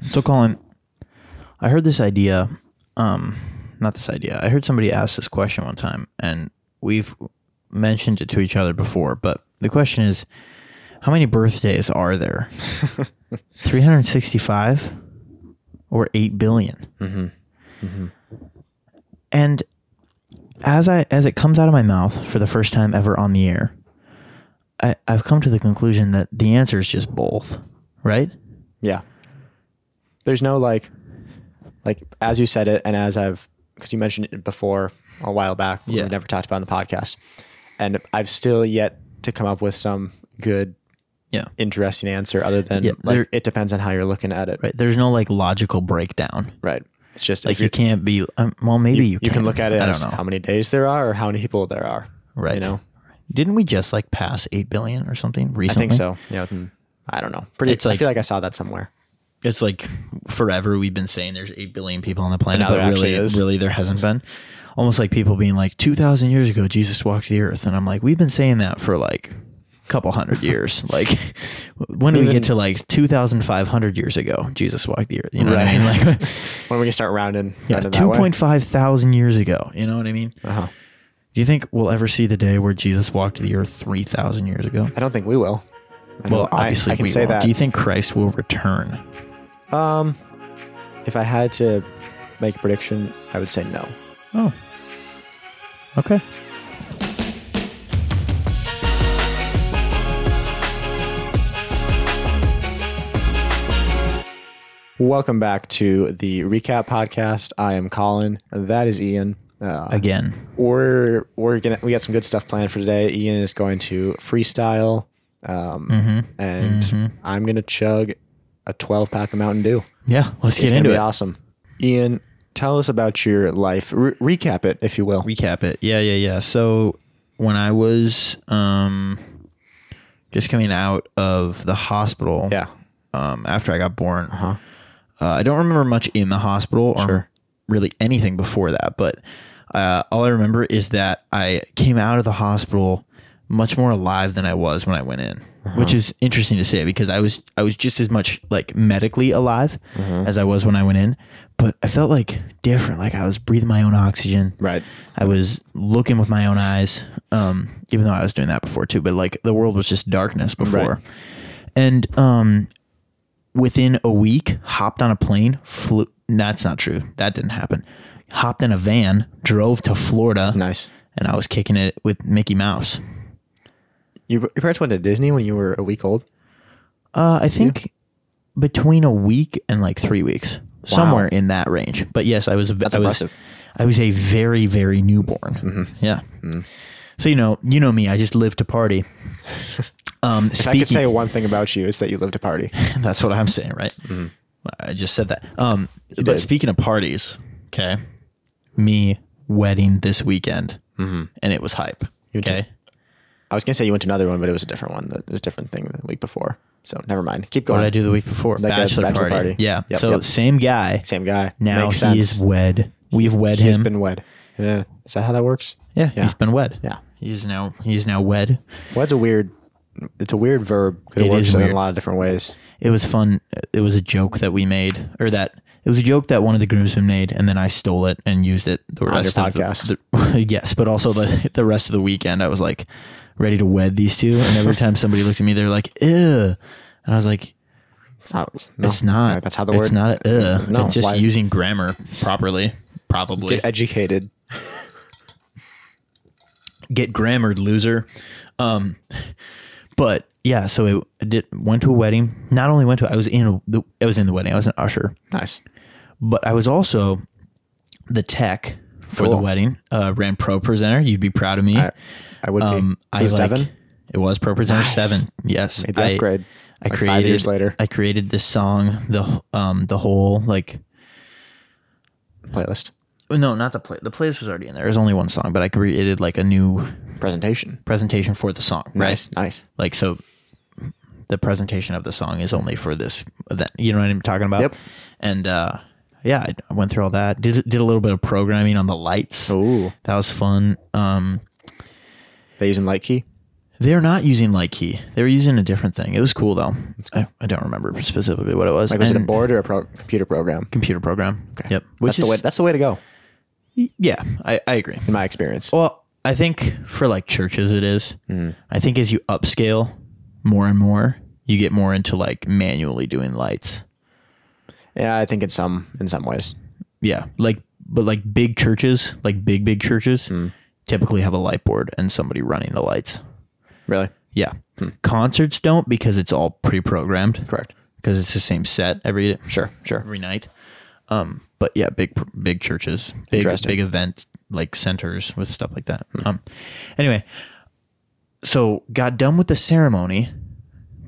So, Colin, I heard this idea. Um, not this idea. I heard somebody ask this question one time, and we've mentioned it to each other before. But the question is, how many birthdays are there? Three hundred sixty-five, or eight billion? And as I as it comes out of my mouth for the first time ever on the air, I, I've come to the conclusion that the answer is just both, right? Yeah. There's no like, like as you said it, and as I've because you mentioned it before a while back. Yeah. We never talked about it on the podcast, and I've still yet to come up with some good, Yeah. interesting answer other than Yeah, there- like it depends on how you're looking at it. Right. There's no like logical breakdown. Right. It's just Like if you're- you can't be. Um, well, maybe you, you can look at it I as don't know. how many days there are or how many people there are. right. You know. Didn't we just like pass eight billion or something I recently? think so. Yeah. within- I don't know. Pretty. It's It's like- I feel like I saw that somewhere. It's like forever we've been saying there's eight billion people on the planet, now but there actually really, is. really there hasn't been. Almost like people being like, two thousand years ago, Jesus walked the earth, and I'm like, we've been saying that for like a couple hundred years. like, when do we Even- get to like two thousand five hundred years ago, Jesus walked the earth. You know what I Right. mean? Like, When we can start rounding. yeah, rounding two point five thousand years ago. You know what I mean? Uh huh. Do you think we'll ever see the day where Jesus walked the earth three thousand years ago? I don't think we will. I Well, know- I- obviously I, can we say won't. that. Do you think Christ will return? Um, if I had to make a prediction, I would say no. Oh, okay. Welcome back to the recap podcast. I am Colin. That is Ian. Uh, Again, we're we're gonna we got some good stuff planned for today. Ian is going to freestyle, um, Mm-hmm. and I'm gonna chug a 12 pack of Mountain Dew. yeah. Let's get It's gonna into be it. awesome. Ian, tell us about your life. Re- recap it, if you will. Recap it. Yeah, yeah, yeah. So when I was um just coming out of the hospital, yeah, um, after I got born. Uh, I don't remember much in the hospital or really anything before that, but uh, all I remember is that I came out of the hospital much more alive than I was when I went in, which is interesting to say because I was I was just as much like medically alive as I was when I went in, but I felt like different. Like I was breathing my own oxygen. right. I was looking with my own eyes, um, even though I was doing that before too. But like the world was just darkness before, Right. and um, within a week, hopped on a plane. Flew. That's not true. That didn't happen. Hopped in a van, drove to Florida, Nice. and I was kicking it with Mickey Mouse. You, your parents went to Disney when you were a week old. Uh, I think between a week and like three weeks, somewhere in that range. But yes, I was. A, That's I was, impressive. Mm-hmm. I was a very very newborn. Yeah. So you know, you know me. I just live to party. Um, If I speaking, could say one thing about you, it's that you lived a party. that's what I'm saying, right? I just said that. Um, but Mm-hmm. did. speaking of parties, okay, me wedding this weekend, Mm-hmm. and it was hype. okay, I was gonna say you went to another one, but it was a different one. It was a different thing the week before. So never mind. Keep what going. did I do the week before? Like a bachelor, bachelor party. party. Yeah. Yep, so yep. same guy. Same guy. Now Makes he sense. is wed. We've wed He's him. been wed. Yeah. Is that how that works? Yeah, he's been wed. Yeah. he's now he's now wed. Wed's a weird. It's a weird verb. 'cause It, It works is in weird. a lot of different ways. It was fun. It was a joke that we made, or that it was a joke that one of the groomsmen made, and then I stole it and used it the your rest of the- podcast. the- yes, but also the the rest of the weekend, I was like ready to wed these two, and every time somebody looked at me, they're like, "Ew," and I was like, It's not. no. "It's not. That's how the It's word- not. A, Ew. No, It's just why- using grammar properly." Probably Get educated. get grammared, loser. Um, but yeah, so it, I did went to a wedding. Not only went to, I was in the, I was in the wedding. I was an usher, Nice. but I was also the tech for the Cool. wedding. Uh, ran pro presenter. You'd be proud of me. I, I would um, be. I Was it like, seven. It was pro presenter Nice. seven. Yes, Made the I- upgrade. I like created five years later. I created this song. The um the whole like oh, playlist no not the play the playlist was already in there. There's only one song, but I created like a new presentation. presentation for the song. Right. Nice. Nice. like so the presentation of the song is only for this event you know what i'm talking about Yep. and uh yeah I- i went through all that did did a little bit of Oh. programming on the lights Ooh. that was fun um They using light key. They're not using Lightkey. They were using a different thing. It was cool though. I, I don't remember specifically what it was. Like, was it a And- uh, board or a pro- computer program? computer program? Yep. that's the way. That's the way to go, yeah, I, I agree. in my experience. Well, I think for like churches, it is. Mm. I think as you upscale more and more, you get more into like manually doing lights. Yeah, I think in some in some ways. Yeah, like but like big churches, like big big churches, typically have a light board and somebody running the lights. Really? Yeah, concerts don't because it's all pre-programmed. Correct. Because it's the same set every Sure. Sure. every night. Um, but yeah, big big churches, big Interesting. big event like centers with stuff like that. Um, anyway, so got done with the ceremony,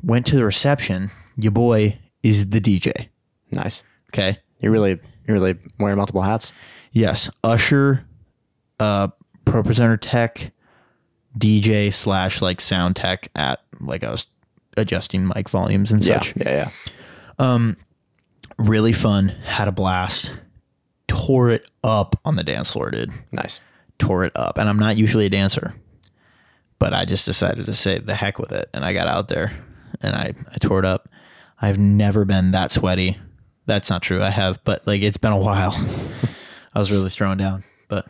went to the reception. Your boy is the DJ. Nice. Okay. You really you really wearing multiple hats. Yes, usher, uh, pro presenter tech, DJ slash like sound tech at like I was adjusting mic volumes and such. Yeah. Yeah. Really fun. Had a blast. Tore it up on the dance floor, dude. Nice. tore it up. And I'm not usually a dancer, but I just decided to say the heck with it. And I got out there and I, I tore it up. I've never been that sweaty. That's not true. I have, but like it's been a while. I was really thrown down, but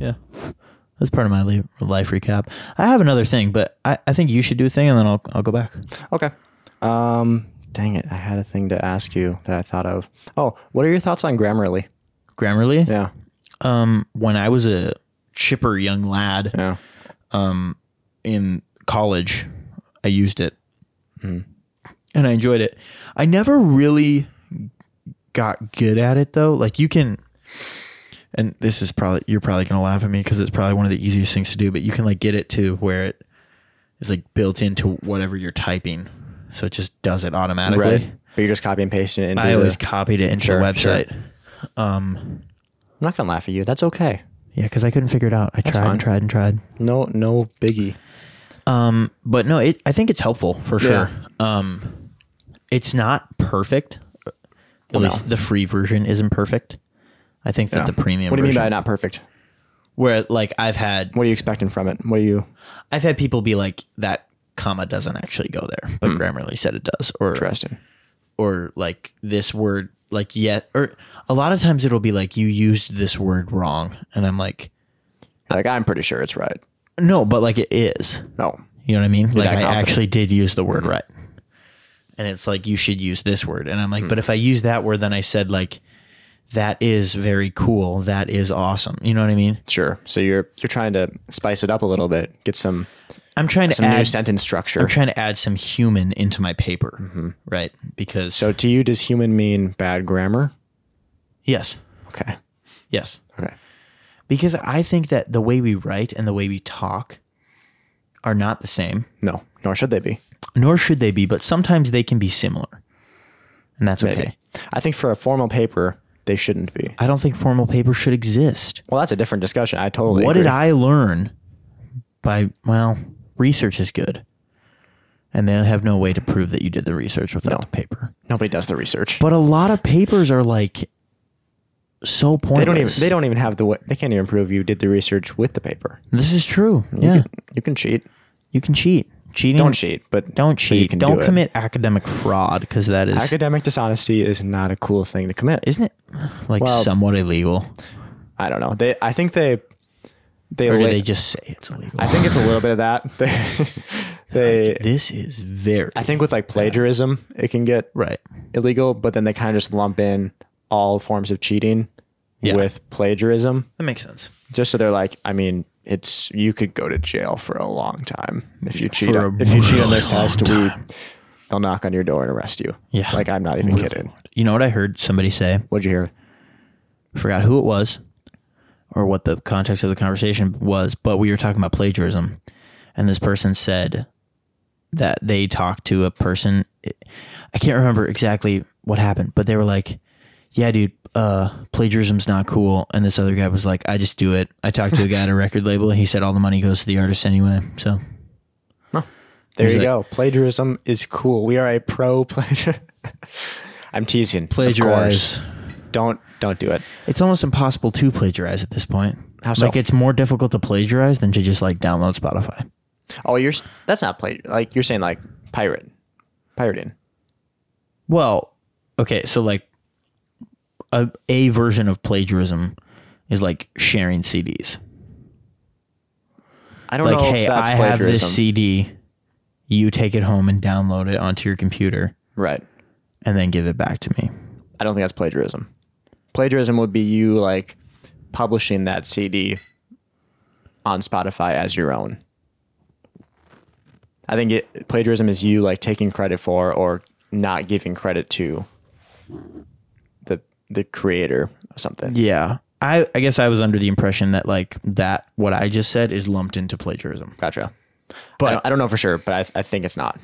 yeah, that's part of my li- life recap. I have another thing, but I, I think you should do a thing and then I'll, I'll go back. Okay. Um. Dang it! I had a thing to ask you that I thought of. Oh, what are your thoughts on Grammarly? Grammarly, um, Yeah. when I was a chipper young lad, Yeah. in college, I used it and I enjoyed it. I never really got good at it though. Like you can, and this is probably, you're probably going to laugh at me because it's probably one of the easiest things to do, but you can like get it to where it is like built into whatever you're typing. So it just does it automatically. Right. But you just copy and paste it into. I the- always copied it into Sure, the sure. website. Um, I'm not gonna laugh at you. That's okay. Yeah, because I couldn't figure it out. I tried fine. and tried and tried. No. No biggie. but no, it, I think it's helpful for Yeah. sure. Um, it's not perfect. At least the free version isn't perfect. I think that the premium. What do you mean version, by not perfect? Where like I've had, What are you expecting from it? What are you? I've had people be like that comma doesn't actually go there, but Grammarly said it does, or Hmm. Interesting. or like this word, like yet, or a lot of times it'll be like you used this word wrong, and I'm like, Like I'm pretty sure it's right. Oh. no, but like it is. No. You know what I mean? Like that I confident. actually did use the word right. And it's like you should use this word. And I'm Hmm. like, but if I use that word, then I said like that is very cool. That is awesome. You know what I mean? Sure. So you're you're trying to spice it up a little bit, get some I'm trying to some new add sentence structure. I'm trying to add some human into my paper. Right. Because Mm-hmm. so to you, does human mean bad grammar? yes. Okay. Yes. Okay. Because I think that the way we write and the way we talk are not the same. No, nor should they be. Nor should they be, but sometimes they can be similar. And that's okay. Maybe. I think for a formal paper, they shouldn't be. I don't think formal paper should exist. Well, that's a different discussion. I totally. what agree. did I learn by well, research is good. And they have no way to prove that you did the research without the paper. Nobody does the research. But a lot of papers are like so pointless. they don't even. They don't even have the. wa- They can't even prove you did the research with the paper. This is true. yeah. You can cheat. you can cheat. Cheating Don't cheat, but Don't but you cheat. can don't do it. commit academic fraud because that is Academic dishonesty is not a cool thing to commit. isn't it like Well- somewhat illegal? I don't know. They. I think they. They. Or do la- they just say it's illegal? I think it's a little bit of that. They. they this is very I think with like plagiarism, it can get right. illegal, but then they kind of just lump in all forms of cheating Yeah. with plagiarism. That makes sense. Just so they're like, I mean, it's you could go to jail for a long time if you cheat. For on- a if you cheat on really this test, we they'll knock on your door and arrest you. Yeah. like I'm not even kidding. You know what I heard somebody say? What'd you hear? forgot who it was or what the context of the conversation was, but we were talking about plagiarism. And this person said that they talked to a person. I can't remember exactly what happened, but they were like, yeah, dude, uh, plagiarism's not cool. And this other guy was like, I just do it. I talked to a guy at a record label. He said all the money goes to the artist anyway. So There you like- go. Plagiarism is cool. We are a pro plagiar. I'm teasing. Of course. plagiarize. Don't don't do it. It's almost impossible to plagiarize at this point. How so? Like it's more difficult to plagiarize than to just like download Spotify. Oh, you're s- that's not play. Like you're saying like pirate, pirating. Well, okay, so like a, a version of plagiarism is like sharing CDs. I don't Like, know hey, if that's I have plagiarism. this CD. You take it home and download it onto your computer right. and then give it back to me. I don't think that's plagiarism. Plagiarism would be you like publishing that CD on Spotify as your own. I think it, plagiarism is you like taking credit for or not giving credit to the the creator of something. Yeah. I, I guess I was under the impression that like that what I just said is lumped into plagiarism. Gotcha. I But don't, I don't know for sure, but I, I think it's not.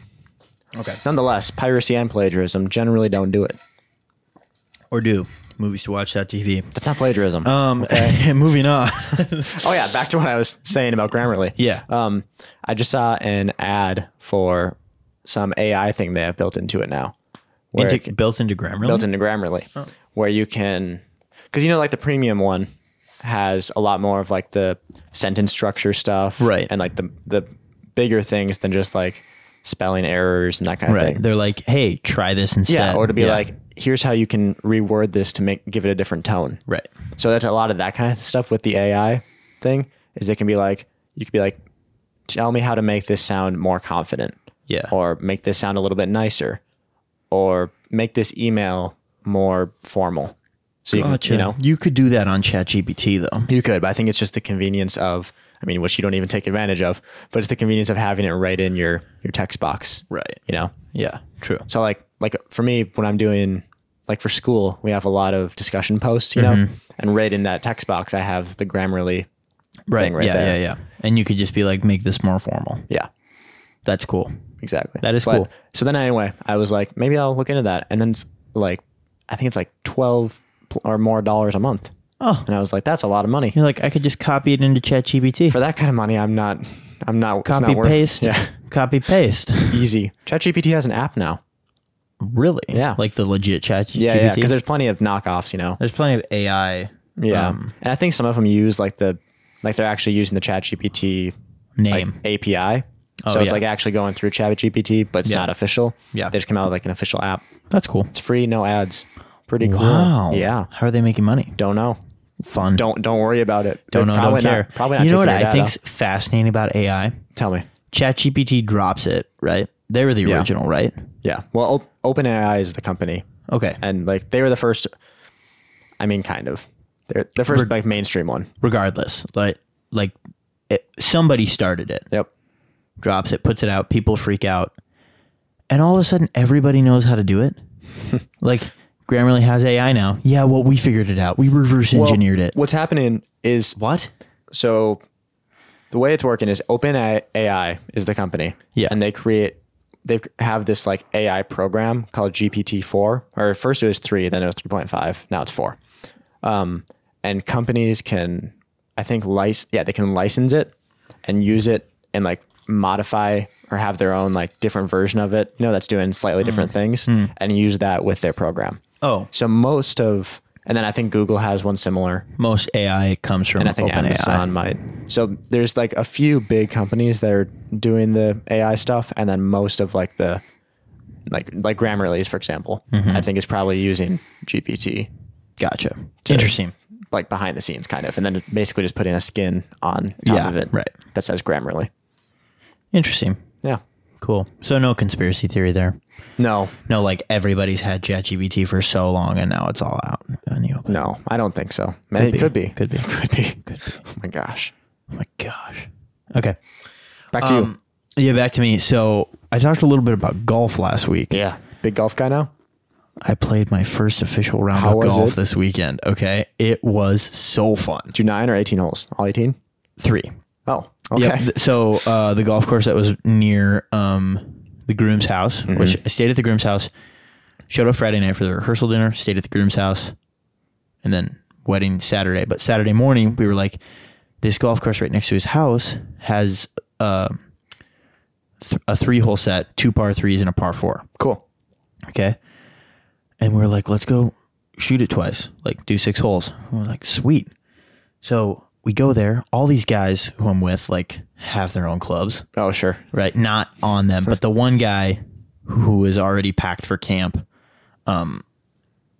okay. Nonetheless, piracy and plagiarism generally don't do it. Or do movies to watch that TV. That's not plagiarism. Um moving on. oh yeah, back to what I was saying about Grammarly. Yeah. Um, I just saw an ad for some AI thing they have built into it now, where it into, Oh. can- built into Grammarly. built into Grammarly, where you can, because you know, like the premium one has a lot more of like the sentence structure stuff, Right. and like the the bigger things than just like spelling errors and that kind of right. thing. They're like, hey, try this instead. Yeah, or to be Yeah. like, here's how you can reword this to make give it a different tone. Right. So that's a lot of that kind of stuff with the AI thing is they can be like, you could be like, tell me how to make this sound more confident Yeah. or make this sound a little bit nicer or make this email more formal. So you, Gotcha. can, you know, you could do that on ChatGPT though. you could, but I think it's just the convenience of, I mean, which you don't even take advantage of, but it's the convenience of having it right in your, your text box, Right. you know? Yeah. True. So like like for me, when I'm doing like for school, we have a lot of discussion posts, you Mm-hmm. know, and right in that text box, I have the Grammarly. Right. right yeah. there. Yeah. Yeah. And you could just be like, make this more formal. Yeah, That's cool. exactly. That is But- cool. So then anyway, I was like, maybe I'll look into that, and then it's like, I think it's like twelve pl- or more dollars a month, Oh, and I was like, that's a lot of money you're like, I could just copy it into ChatGPT. for that kind of money. I'm not, I'm not it's not Copy worth- paste. Yeah, Copy paste. easy. ChatGPT has an app now. Really? Yeah. Like the legit ChatGPT. Yeah, yeah, because there's plenty of knockoffs, you know. there's plenty of AI Yeah, um, and I think some of them use like the, like they're actually using the ChatGPT name. API. so it's Oh, yeah. like actually going through ChatGPT, but it's Yeah. not official. Yeah. They just came out with like an official app. That's cool. It's free, no ads. Pretty cool. Wow. Yeah. How are they making money? Don't know. Fun. Don't don't worry about it. don't They're know. Probably Don't care. Not, probably not. you know what taking your I data. think's fascinating about AI? Tell me. ChatGPT drops it, right? They were the original, right? Yeah. Well, Op- OpenAI is the company, Okay. and like they were the first. I mean, kind of. They're the first like mainstream one. Regardless, like like it, somebody started it, Yep. drops it, puts it out, people freak out, and all of a sudden everybody knows how to do it. like Grammarly has AI now. Yeah, well, we figured it out. We reverse engineered it. What's happening is What? so the way it's working is OpenAI is the company. Yeah. And they create they have this like AI program called GPT-4 or first it was 3 then it was 3.5 now it's 4. Um and companies can I think license yeah, they can license it and use it and like modify or have their own like different version of it, you know, that's doing slightly different things and use that with their program. Oh, So most of and then I think Google has one similar most AI comes from I think open Amazon AI. might. So there's like a few big companies that are doing the AI stuff, and then most of like the like like Grammarly's, for example, I think is probably using GPT Gotcha. Interesting. like behind the scenes kind of, and then basically just putting a skin on top Yeah, of it, right. That says Grammarly. Interesting. Yeah. Cool. So no conspiracy theory there. No, No, like everybody's had ChatGPT for so long and now it's all out in the open. no, I don't think so. Man, it be. could be, Could be. could be. Oh my gosh. Oh my gosh. Okay. Back to Um, yeah, back to me. So I talked a little bit about golf last week. you. Yeah. Big golf guy now. I played my first official round How of was golf it? this weekend. Okay. It was so fun. Do nine or eighteen holes? All eighteen. Three. Oh. Okay. Yep. Th- So uh, the golf course that was near um, the groom's house, Mm-hmm. which I stayed at the groom's house, showed up Friday night for the rehearsal dinner, stayed at the groom's house, and then wedding Saturday. But Saturday morning, we were like, this golf course right next to his house has uh, th- a three hole set, two par threes, and a par four. Cool. Okay. And we are like, let's go shoot it twice, like do six holes. And we're like, sweet. So we go there. All these guys who I'm with like have their own clubs, Oh, sure. right? Not on them, but the one guy who is already packed for camp, um,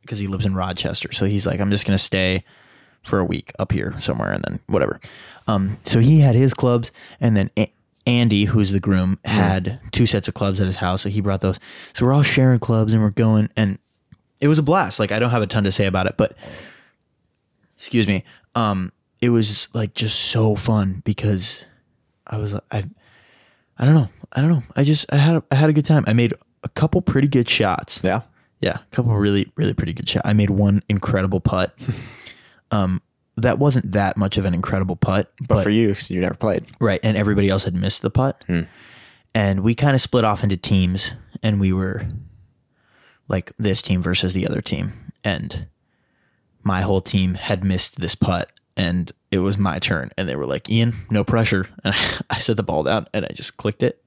because he lives in Rochester, so he's like, I'm just gonna stay for a week up here somewhere, and then whatever. Um, so he had his clubs, and then a- Andy, who's the groom, had two sets of clubs at his house, so he brought those. So we're all sharing clubs, and we're going, and it was a blast. Like I don't have a ton to say about it, but excuse me. Um, it was like just so fun because I was I, I don't know, I don't know. I just I had a, I had a good time. I made a couple pretty good shots. Yeah. Yeah, a couple really really pretty good shots. I made one incredible putt. um, that wasn't that much of an incredible putt, But, for Hmm. you, 'cause you never played. Right. And everybody else had missed the putt. And we kind of split off into teams and we were like this team versus the other team. And my whole team had missed this putt and it was my turn. And they were like, Ian, no pressure. And I set the ball down and I just clicked it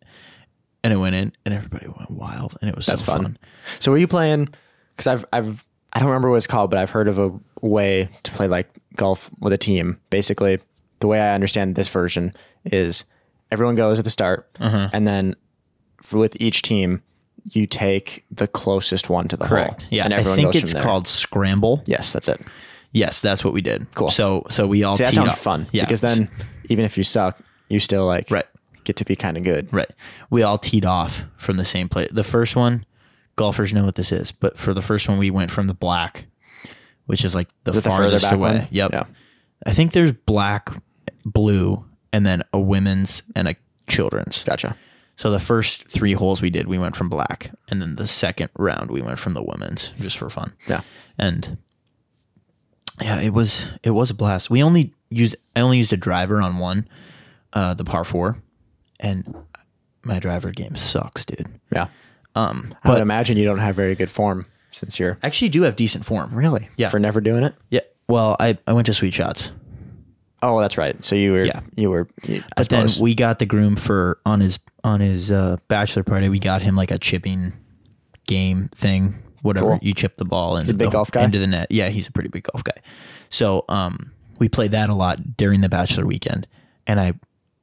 and it went in and everybody went wild. And it was That's so fun. fun. So were you playing? Because I've I've I don't remember what it's called, but I've heard of a way to play like golf with a team. Basically, the way I understand this version is everyone goes at the start, Mm-hmm. and then for, with each team, you take the closest one to the hole. Yeah. and I everyone think goes it's from there. called Scramble. Yes, that's it. Yes, that's what we did. Cool. So so we all See, that teed sounds up. fun. Yeah. because then even if you suck, you still like Right. get to be kind of good. Right. We all teed off from the same place. The first one, golfers know what this is, but for the first one, we went from the black, which is like the Is it the further farthest back away. one? Yep. Yeah. I think there's black, blue, and then a women's and a children's. Gotcha. So the first three holes we did, we went from black, and then the second round we went from the women's just for fun. Yeah. And yeah, it was it was a blast. We only used I only used a driver on one, uh, the par four, and my driver game sucks, dude. Yeah. Um, I would but imagine you don't have very good form since you're I actually do have decent form. really Yeah. for never doing it. Yeah. Well, I, I went to Sweet Shots, Oh, that's right. So you were, Yeah. you were, I but then suppose. we got the groom for on his on his uh, bachelor party. We got him like a chipping game thing, whatever Cool. you chip the ball into a big the, golf guy? into the net. Yeah, he's a pretty big golf guy. So um, we played that a lot during the bachelor weekend, and I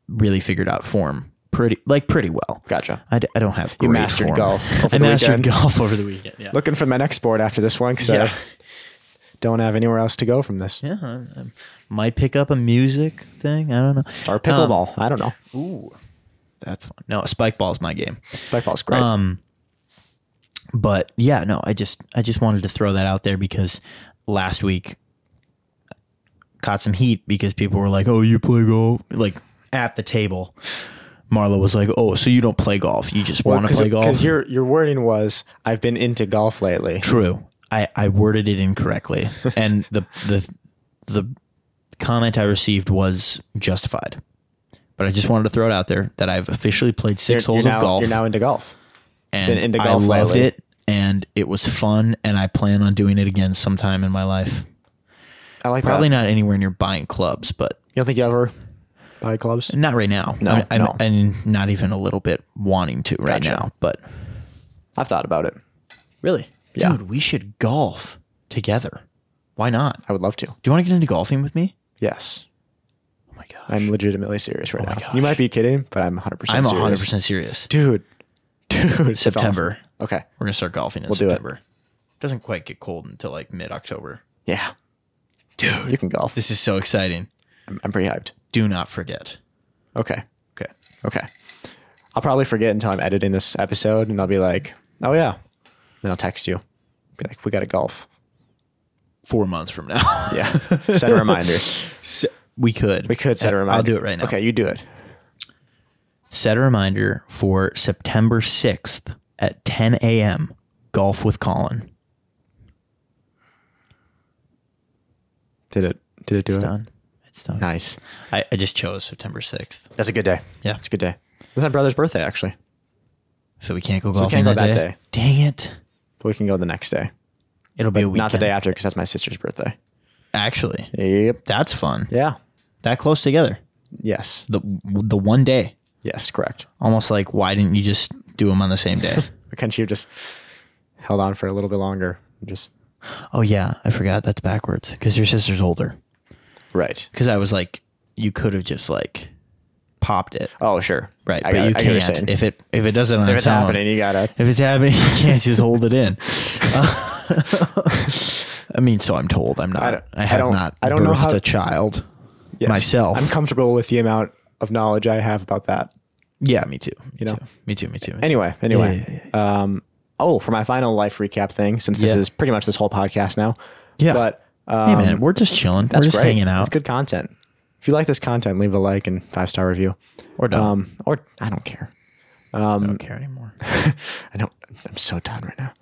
really figured out form pretty like pretty well. gotcha. I, d- I don't have great mastered form. golf over I the mastered weekend? golf over the weekend. Yeah. Looking for my next sport after this one because Yeah. I don't have anywhere else to go from this. Yeah, I, I might pick up a music thing. I don't know. Start pickleball. Um, I don't know. Ooh, that's fun. No, spike ball is my game. Spikeball's great. Um, but yeah, no, I just I just wanted to throw that out there because last week caught some heat because people were like, "Oh, you play golf?" Like at the table, Marla was like, "Oh, so you don't play golf? You just want to play golf?" Because your, your wording was, I've been into golf lately. True. I, I worded it incorrectly, and the the the comment I received was justified. But I just wanted to throw it out there that I've officially played 6 You're holes now, of golf, You're now into golf. and been into I golf loved lately. it, and it was fun, and I plan on doing it again sometime in my life. I like Probably that. not anywhere near buying clubs, but You don't think you ever buy clubs? not right now. No, I'm, I'm, no. I'm not even a little bit wanting to right Gotcha. now. But I've thought about it. really, Yeah. dude, we should golf together. Why not? I would love to. Do you want to get into golfing with me? Yes. Oh my god. I'm legitimately serious right now. Oh gosh. You might be kidding, but I'm 100% I'm serious. 100 percent serious. Dude. Dude. it's awesome. September, Okay. we're gonna start golfing in do it. September. Doesn't quite get cold until like mid October. Yeah. Dude. You can golf. This is so exciting. I'm, I'm pretty hyped. Do not forget. Okay. Okay. Okay. I'll probably forget until I'm editing this episode and I'll be like, oh, yeah. Then I'll text you. Be like, we got to golf. Four months from now, Yeah. set a reminder. we could. We could set a reminder. I'll do it right now. Okay. You do it. Set a reminder for September 6th at 10 a.m. Golf with Colin. Did it. Did it do It's it? done. It's done. Nice. I, I just chose September 6th, That's a good day. Yeah. It's a good day. That's my brother's birthday, actually. so we can't go golfing can't go that, that day. day. Dang it! But we can go the next day. It'll be a weekend. Not the day after because that's my sister's birthday. Actually, Yep. that's fun. Yeah. That close together. Yes. The the one day. Yes. Correct. almost like why didn't you just do them on the same day Can she have just held on for a little bit longer? and Just oh yeah i forgot that's backwards because your sister's older Right. because I was like, you could have just like popped it, Oh, sure. right? I but got- you I get what you're saying. can't if it if it does it on if its it's own. happening, you gotta. If it's happening, you can't just hold it in. Uh, I mean, so I'm told. I'm not. I, don't- I have don't- not. I don't know birthed how- a child Yes. myself. I'm comfortable with the amount of knowledge I have about that. yeah, me too. Me You know? too. Me too. Me too. me too. Anyway, anyway. Um, oh, for my final life recap thing, since this Yeah. is pretty much this whole podcast now. Yeah. But um, hey man, we're just chilling. We're that's just great. hanging It's out. good content. If you like this content, leave a like and five star review. Or don't. Um, or I don't care. I don't care anymore. I don't. I'm so done right now.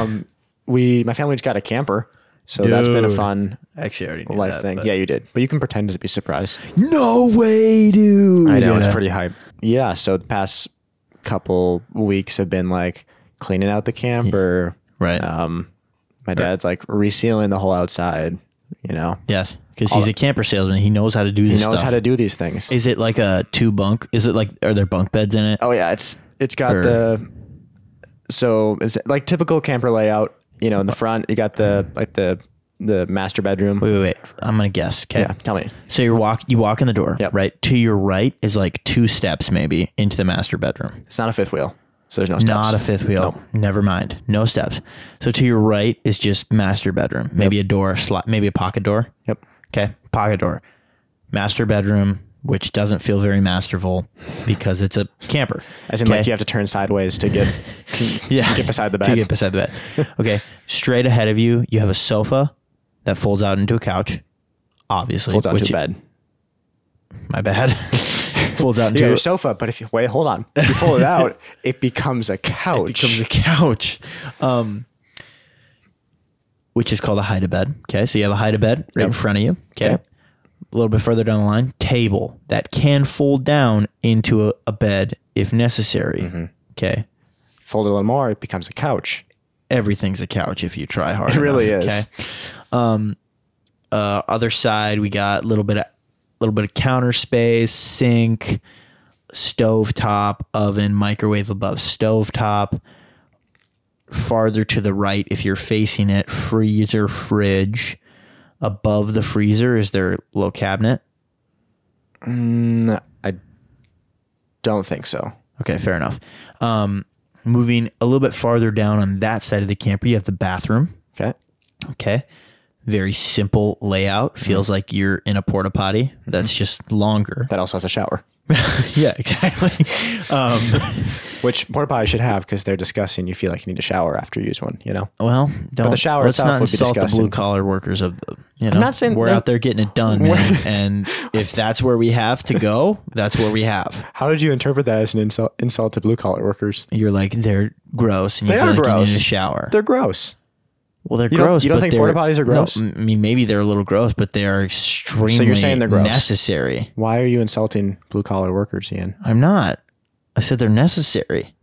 Um, we my family just got a camper, so that's been a Dude. fun Actually, I already knew life that, thing. but- Yeah, you did, but you can pretend to be surprised. No way, dude. I know it's Yeah. pretty hype. Yeah. So the past couple weeks have been like cleaning out the camper. right. Um, my dad's like resealing the whole outside. You know, yes, because he's a camper salesman. He knows how to do he this knows stuff. how to do these things. Is it like a two bunk? Is it like are there bunk beds in it? oh yeah, it's it's got Or- the so it's like typical camper layout. You know, in the front you got the like the the master bedroom. Uh, Wait, wait, wait. I'm gonna guess. Okay. Yeah, tell me. So you walk you walk in the door, Yep. right? To your right is like two steps maybe into the master bedroom. It's not a fifth wheel, so there's no steps. Not a fifth wheel. Never mind. No steps. So to your right is just master bedroom. Maybe a door slot, maybe a pocket door. Yep. Okay. Pocket door. Master bedroom, which doesn't feel very masterful because it's a camper. As in, like Okay? you have to turn sideways to get yeah. get beside the To bed. get beside the bed. Okay. Straight ahead of you, you have a sofa that folds out into a couch. Obviously. folds onto which- a bed. My bad. folds out You into got a your sofa, but if you wait, hold on. You pull it out, it becomes a couch. becomes a couch, um, which is called a hide a bed. Okay, so you have a hide a bed right in front of you. Okay, Yep. a little bit further down the line, table that can fold down into a, a bed if necessary. Okay, Fold it a little more, it becomes a couch. everything's a couch if you try hard. It really is. Okay? Um, uh, other side, we got a little bit of little bit of counter space, sink, stove top, oven, microwave above stove top. Farther to the right, if you're facing it, freezer, fridge. Above the freezer is their little cabinet. No, I don't think so. Okay, fair enough. Um, moving a little bit farther down on that side of the camper, you have the bathroom. Okay. Okay. Very simple layout. Mm-hmm. Feels like you're in a porta potty. That's just longer. That also has a shower, yeah, exactly. Um, which porta potties should have because they're disgusting. You feel like you need a shower after you use one, you know? well, don't. the shower let's itself not would be insult the disgusting. blue collar workers of the. You know, not saying we're that- out there getting it done, man. and if that's where we have to go, that's where we have. How did you interpret that as an insult, insult to blue collar workers? You're like they're gross, and you They feel are like you gross. need a shower. They're gross. well, they're You don't- gross. you don't but think they're- porta potties are no, gross? m- I mean, maybe they're a little gross, but they are extremely. saying they're gross. necessary? Why are you insulting blue collar workers, Ian? I'm not. I said they're necessary.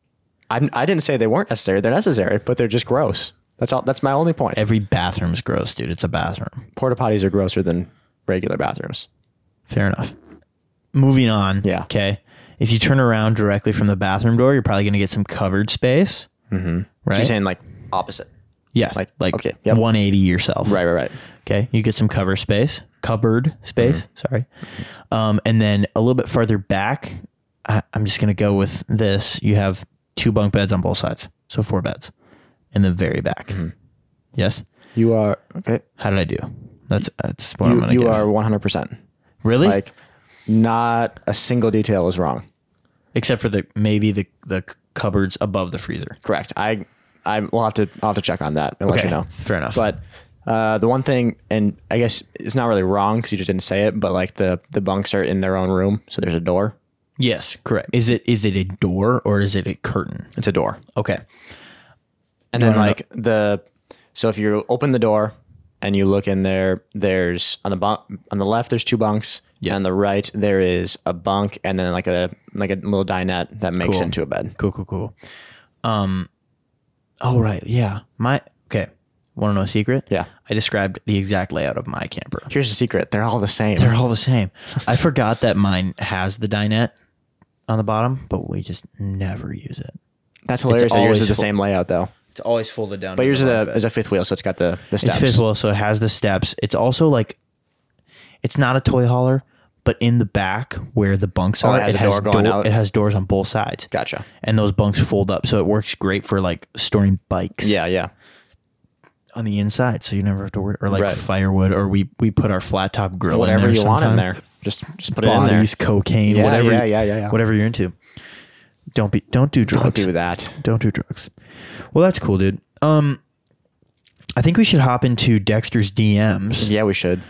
I, I didn't say they weren't necessary. They're necessary, but they're just gross. That's all. That's my only point. Every bathroom's gross, dude. It's a bathroom. Porta potties are grosser than regular bathrooms. Fair enough. Moving on. Yeah. Okay. If you turn around directly from the bathroom door, you're probably going to get some cupboard space. Mm-hmm. Right. So you're saying like opposite. yeah. Like, like- like okay, yep. 180 yourself. Right, right, right. Okay. You get some cover space, cupboard space. Mm-hmm. Sorry. Um, and then a little bit farther back, I, I'm just going to go with this. You have two bunk beds on both sides. So four beds in the very back. Mm-hmm. Yes. You are okay. How did I do? That's, that's what I'm You, going to you give. are 100 percent really? like not a single detail was wrong. except for the maybe the the cupboards above the freezer. Correct. I I will have to I'll have to check on that and let you know. fair enough. But uh, the one thing, and I guess it's not really wrong because you just didn't say it, but like the the bunks are in their own room, so there's a door. yes, correct. Is it is it a door or is it a curtain? It's a door. Okay, And then like the so if you open the door and you look in there, there's on the bunk on the left there's two bunks. Yeah. On the right there is a bunk and then like a like a little dinette that makes Cool. into a bed. cool, cool, cool. Um, oh right, yeah. My okay. Want to know a secret? Yeah. I described the exact layout of my camper. Here's the secret. They're all the same. They're all the same. I forgot that mine has the dinette on the bottom, but we just never use it. That's hilarious. That always yours is the full. same layout though. It's always folded down. But yours is a is a fifth wheel, so it's got the the It's steps. fifth wheel, so it has the steps. It's also like It's not a toy hauler, but in the back where the bunks Oh, are, it has a door going out? it has doors on both sides. Gotcha. And those bunks fold up, so it works great for like storing bikes. Yeah, yeah. on the inside, so you never have to worry. Or like Right. firewood, or we we put our flat top grill. in Whatever there you want in sometime. there, just just put it in there. Bodies, cocaine, Yeah, whatever. yeah, yeah, yeah, yeah. Whatever you're into. Don't be. Don't do drugs. Don't do that. Don't do drugs. Well, that's cool, dude. Um, I think we should hop into Dexter's DMs. Yeah, we should.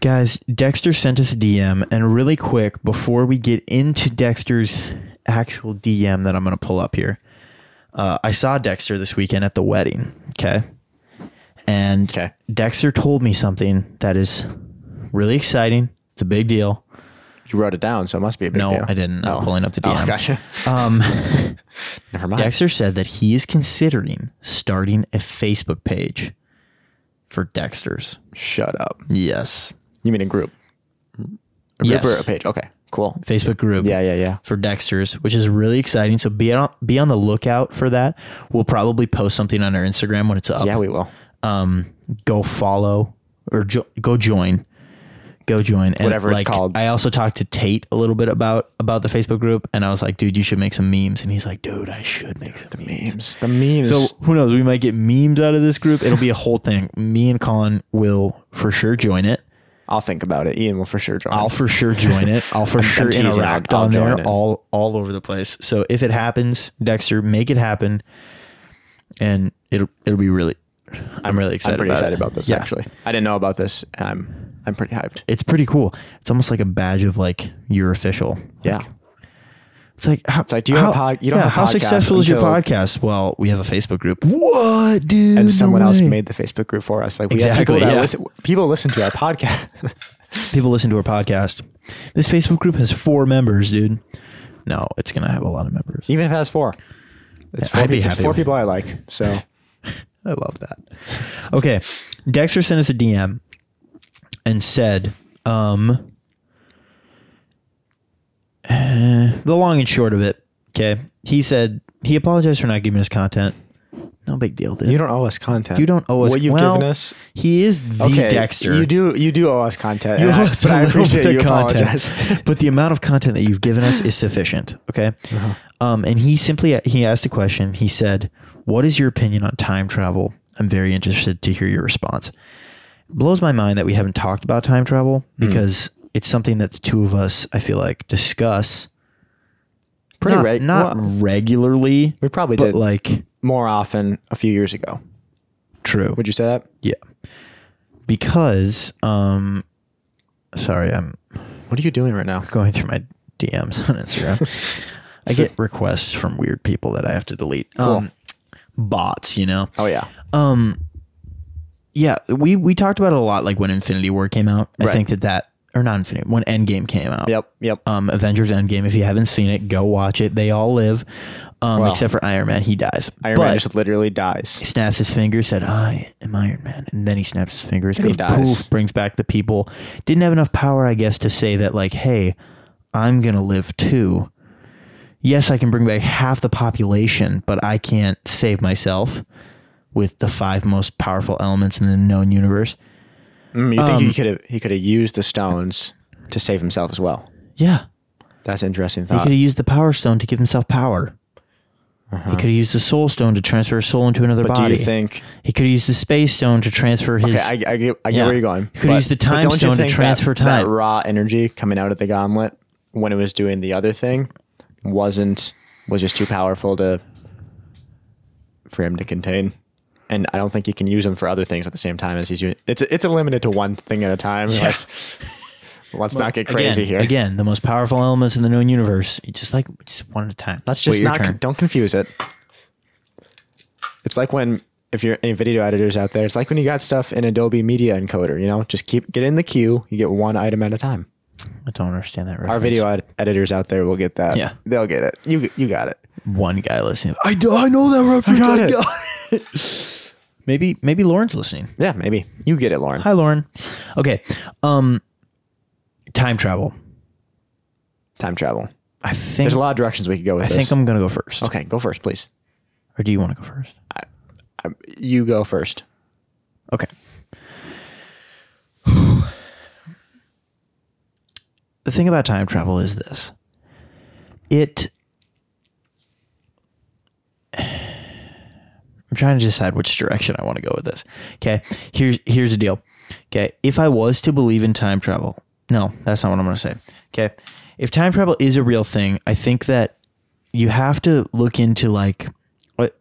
Guys, Dexter sent us a DM, and really quick before we get into Dexter's actual DM that I'm going to pull up here, uh, I saw Dexter this weekend at the wedding. Okay. And Okay. Dexter told me something that is really exciting. It's a big deal. You wrote it down, so it must be a big No, deal. I didn't. I'm Oh. pulling up the Oh, DM. gotcha. Um, Never mind. Dexter said that he is considering starting a Facebook page for Dexter's. Shut up. Yes. You mean a group? A group Yes. or a page? Okay, cool. Facebook group. Yeah, yeah, yeah. for Dexter's, which is really exciting. So be on be on the lookout for that. We'll probably post something on our Instagram when it's up. Yeah, we will. Um, go follow or jo- go join. Go join. And Whatever it's called. I also talked to Tate a little bit about about the Facebook group, and I was like, "Dude, you should make some memes." And he's like, "Dude, I should make some memes." Memes. The memes. So who knows? We might get memes out of this group. It'll be a whole thing. Me and Colin will for sure join it. I'll think about it. Ian will for sure join. I'll for sure join it. I'll for sure teasing. I'll- interact I'll on join there it. all all over the place. So if it happens, Dexter, make it happen, and it'll it'll be really. I'm really excited. I'm pretty about excited it. about this Yeah. actually. I didn't know about this. And I'm I'm pretty hyped. it's pretty cool. It's almost like a badge of like you're official. Yeah. It's like how, it's like, do you have a pod- you don't have a how podcast successful is your until- podcast? Well, we have a Facebook group. What, dude? And someone No else way. made the Facebook group for us. Like we have Exactly, people that yeah. listen, people listen to our podcast. people listen to our podcast. This Facebook group has four members, dude. No, it's gonna have a lot of members. Even if it has four. It's Yeah, four, I'd be people, it's happy four with people I like. So I love that. Okay. Dexter sent us a DM and said, um, eh, the long and short of it, okay? He said he apologized for not giving us content. No big deal, dude. you don't owe us content. You don't owe us what you've well, given us. He is the Okay, Dexter. You do you do owe us content. You and I- owe us but a I little appreciate bit you of content, apologize. but the amount of content that you've given us is sufficient. Okay. Uh-huh. Um, and he simply he asked a question. He said, "What is your opinion on time travel?" I'm very interested to hear your response. Blows my mind that we haven't talked about time travel Hmm. because it's something that the two of us I feel like discuss Pretty not, right. not well, regularly. we probably but did like more often a few years ago. true. Would you say that? yeah, because um, sorry, I'm What are you doing right now? going through my DMs on Instagram. I So- get requests from weird people that I have to delete. Cool. Um, bots, you know. Oh yeah. Um, yeah, we we talked about it a lot, like when Infinity War came out. I Right. think that that or not Infinity when Endgame came out. Yep. Yep. Um, Avengers Endgame. If you haven't seen it, go watch it. They all live, um, Well, except for Iron Man. He dies. Iron but Man just literally dies. he snaps his fingers, said, "I am Iron Man," and then he snaps his fingers. And he goes, dies. Poof, brings back the people. Didn't have enough power, I guess, to say that, like, "Hey, I'm gonna live too." Yes, I can bring back half the population, but I can't save myself with the five most powerful elements in the known universe. Mm, you um, think he could have he could have used the stones to save himself as well? Yeah, That's an interesting he thought. could have used the Power Stone to give himself power. He could have used the Soul Stone to transfer his soul into another Uh-huh. But do body. you think? he could have used the Space Stone to transfer his. Okay, I, I get, I get Yeah. where you're going. Could use the but time don't you stone to think transfer that, that time. raw energy coming out of the gauntlet when it was doing the other thing wasn't was just too powerful to for him to contain. And I don't think he can use them for other things at the same time as he's using. It's it's limited to one thing at a time. Let's, let's not get crazy again, here. Again, the most powerful elements in the known universe. You Just like just one at a time. Let's just Wait, your not turn. don't confuse it. It's like when if you're any video editors out there, it's like when you got stuff in Adobe Media Encoder, you know, just keep get in the queue, you get one item at a time. I don't understand that. Reference. Our video ed- editors out there will get that. Yeah. They'll get it. You you got it. One guy listening. I do, I know that reference. got it. it. maybe maybe Lauren's listening. Yeah, maybe. You get it, Lauren. Hi, Lauren. Okay. Um, time travel. Time travel. I think There's a lot of directions we could go with I this. think I'm gonna go first. okay, go first, please. Or do you want to go first? You go first. Okay. the thing about time travel is this it I'm trying to decide which direction I want to go with this. Okay. Here's here's the deal. Okay. If I was to believe in time travel, no, that's not what I'm gonna say. Okay. If time travel is a real thing, I think that you have to look into like what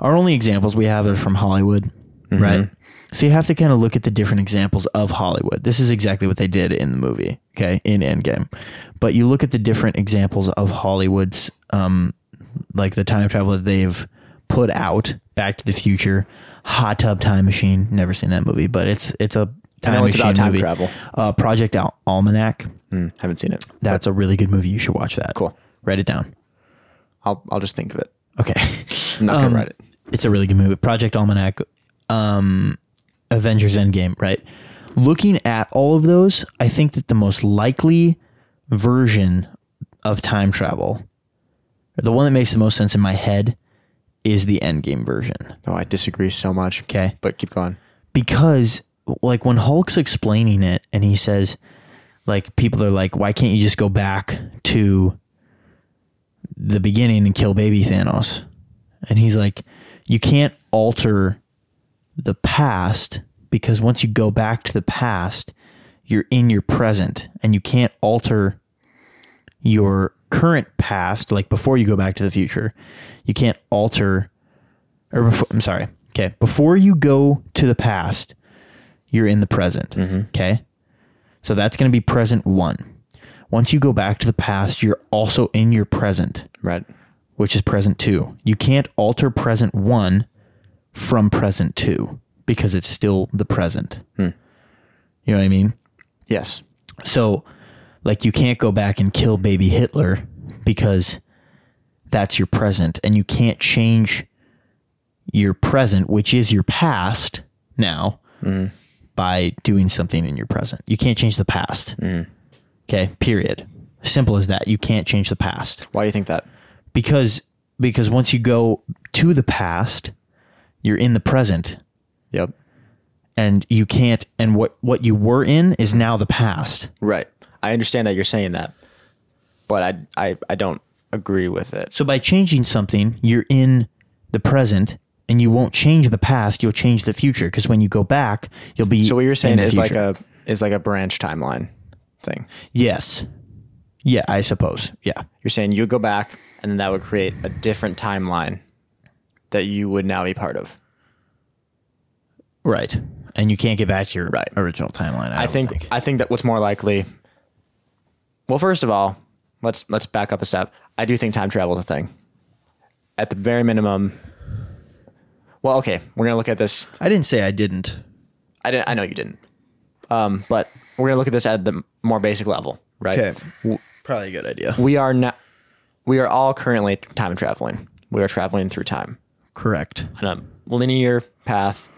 our only examples we have are from Hollywood, Mm-hmm. right? So you have to kind of look at the different examples of Hollywood. This is exactly what they did in the movie, okay, in Endgame. But you look at the different examples of Hollywood's um like the time travel that they've put out Back to the Future, Hot Tub Time Machine. Never seen that movie, but it's it's a time know it's machine about time movie. travel. Uh, Project Al- Almanac. Hmm, haven't seen it. That's a really good movie. You should watch that. Cool. Write it down. I'll I'll just think of it. Okay. I'm not Um, gonna write it. it's a really good movie. Project Almanac, um, Avengers Endgame, right? Looking at all of those, I think that the most likely version of time travel, the one that makes the most sense in my head, is the Endgame version. Oh, I disagree so much. Okay. But keep going. Because, like, when Hulk's explaining it and he says, like, people are like, why can't you just go back to the beginning and kill baby Thanos? And he's like, you can't alter the past because once you go back to the past, you're in your present and you can't alter your current past. Like before you go back to the future, you can't alter, or before, I'm sorry. Okay. Before you go to the past, you're in the present. Okay. So that's going to be present one. Once you go back to the past, you're also in your present Right. which is present two. You can't alter present one from present two because it's still the present. You know what I mean? Yes. So, like, you can't go back and kill baby Hitler because that's your present, and you can't change your present, which is your past now, by doing something in your present. You can't change the past. Okay, period. Simple as that. You can't change the past Why do you think that? because because once you go to the past you're in the present Yep. and you can't and what what you were in is now the past Right. I understand that you're saying that, but I I, I don't agree with it. so by changing something you're in the present and you won't change the past you'll change the future because when you go back you'll be So what you're in saying the is like future. a is like a branch timeline thing. yes yeah i suppose yeah You're saying you go back and then that would create a different timeline that you would now be part of. right and you can't get back to your Right. original timeline i, I don't think, think I think that what's more likely. Well, first of all, let's let's back up a step. I do think time travel is a thing. At the very minimum. Well, okay, we're gonna look at this. i didn't say i didn't I didn't. I know you didn't. Um, but we're gonna look at this at the more basic level, right? probably a good idea We are not. We are all currently time traveling. We are traveling through time correct on a linear path.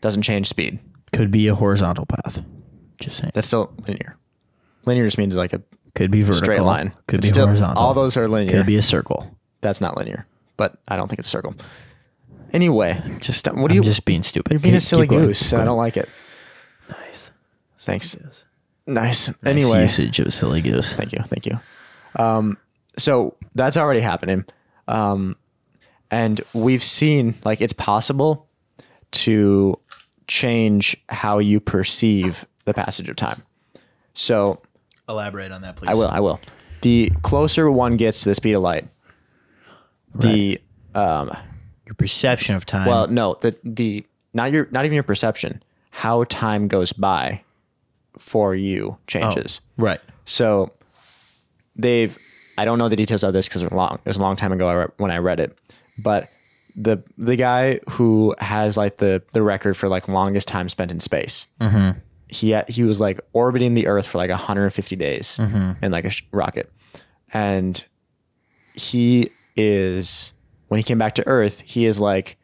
Doesn't change speed. could be a horizontal path just saying That's still linear. Linear just means like a Could be vertical. straight line. Could It's be still- horizontal. All those are linear. could be a circle. That's not linear, but I don't think it's a circle. Anyway, Just what I'm do you? just being stupid. you're being a Keep- silly keep going. goose, and I don't like it. Nice. Thanks. Yes. Nice. Nice Anyway, usage of silly goose. thank you, thank you. Um, so that's already happening, um, and we've seen like it's possible to change how you perceive the passage of time. So Elaborate on that, please. I will. I will. The closer one gets to the speed of light, the Your perception of time. well, no, the the not your not even your perception, how time goes by for you changes. right. So they've I don't know the details of this because it was long. It was a long time ago I re- when I read it, but the the guy who has like the the record for like longest time spent in space. Mm-hmm. He had, he was like orbiting the Earth for like 150 days Mm-hmm. in like a sh- rocket, and he is when he came back to Earth, he is like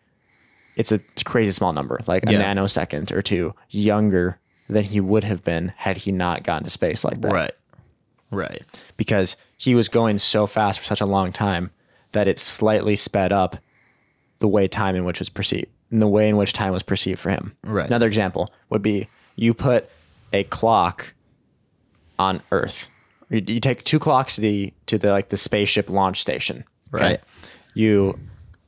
it's a crazy small number, like a Yeah. nanosecond or two younger than he would have been had he not gone to space like that Right. Right. because he was going so fast for such a long time that it slightly sped up the way time in which was perceived and the way in which time was perceived for him. Right. Another example would be you put a clock on Earth You, you take two clocks to the to the like the spaceship launch station. Right. You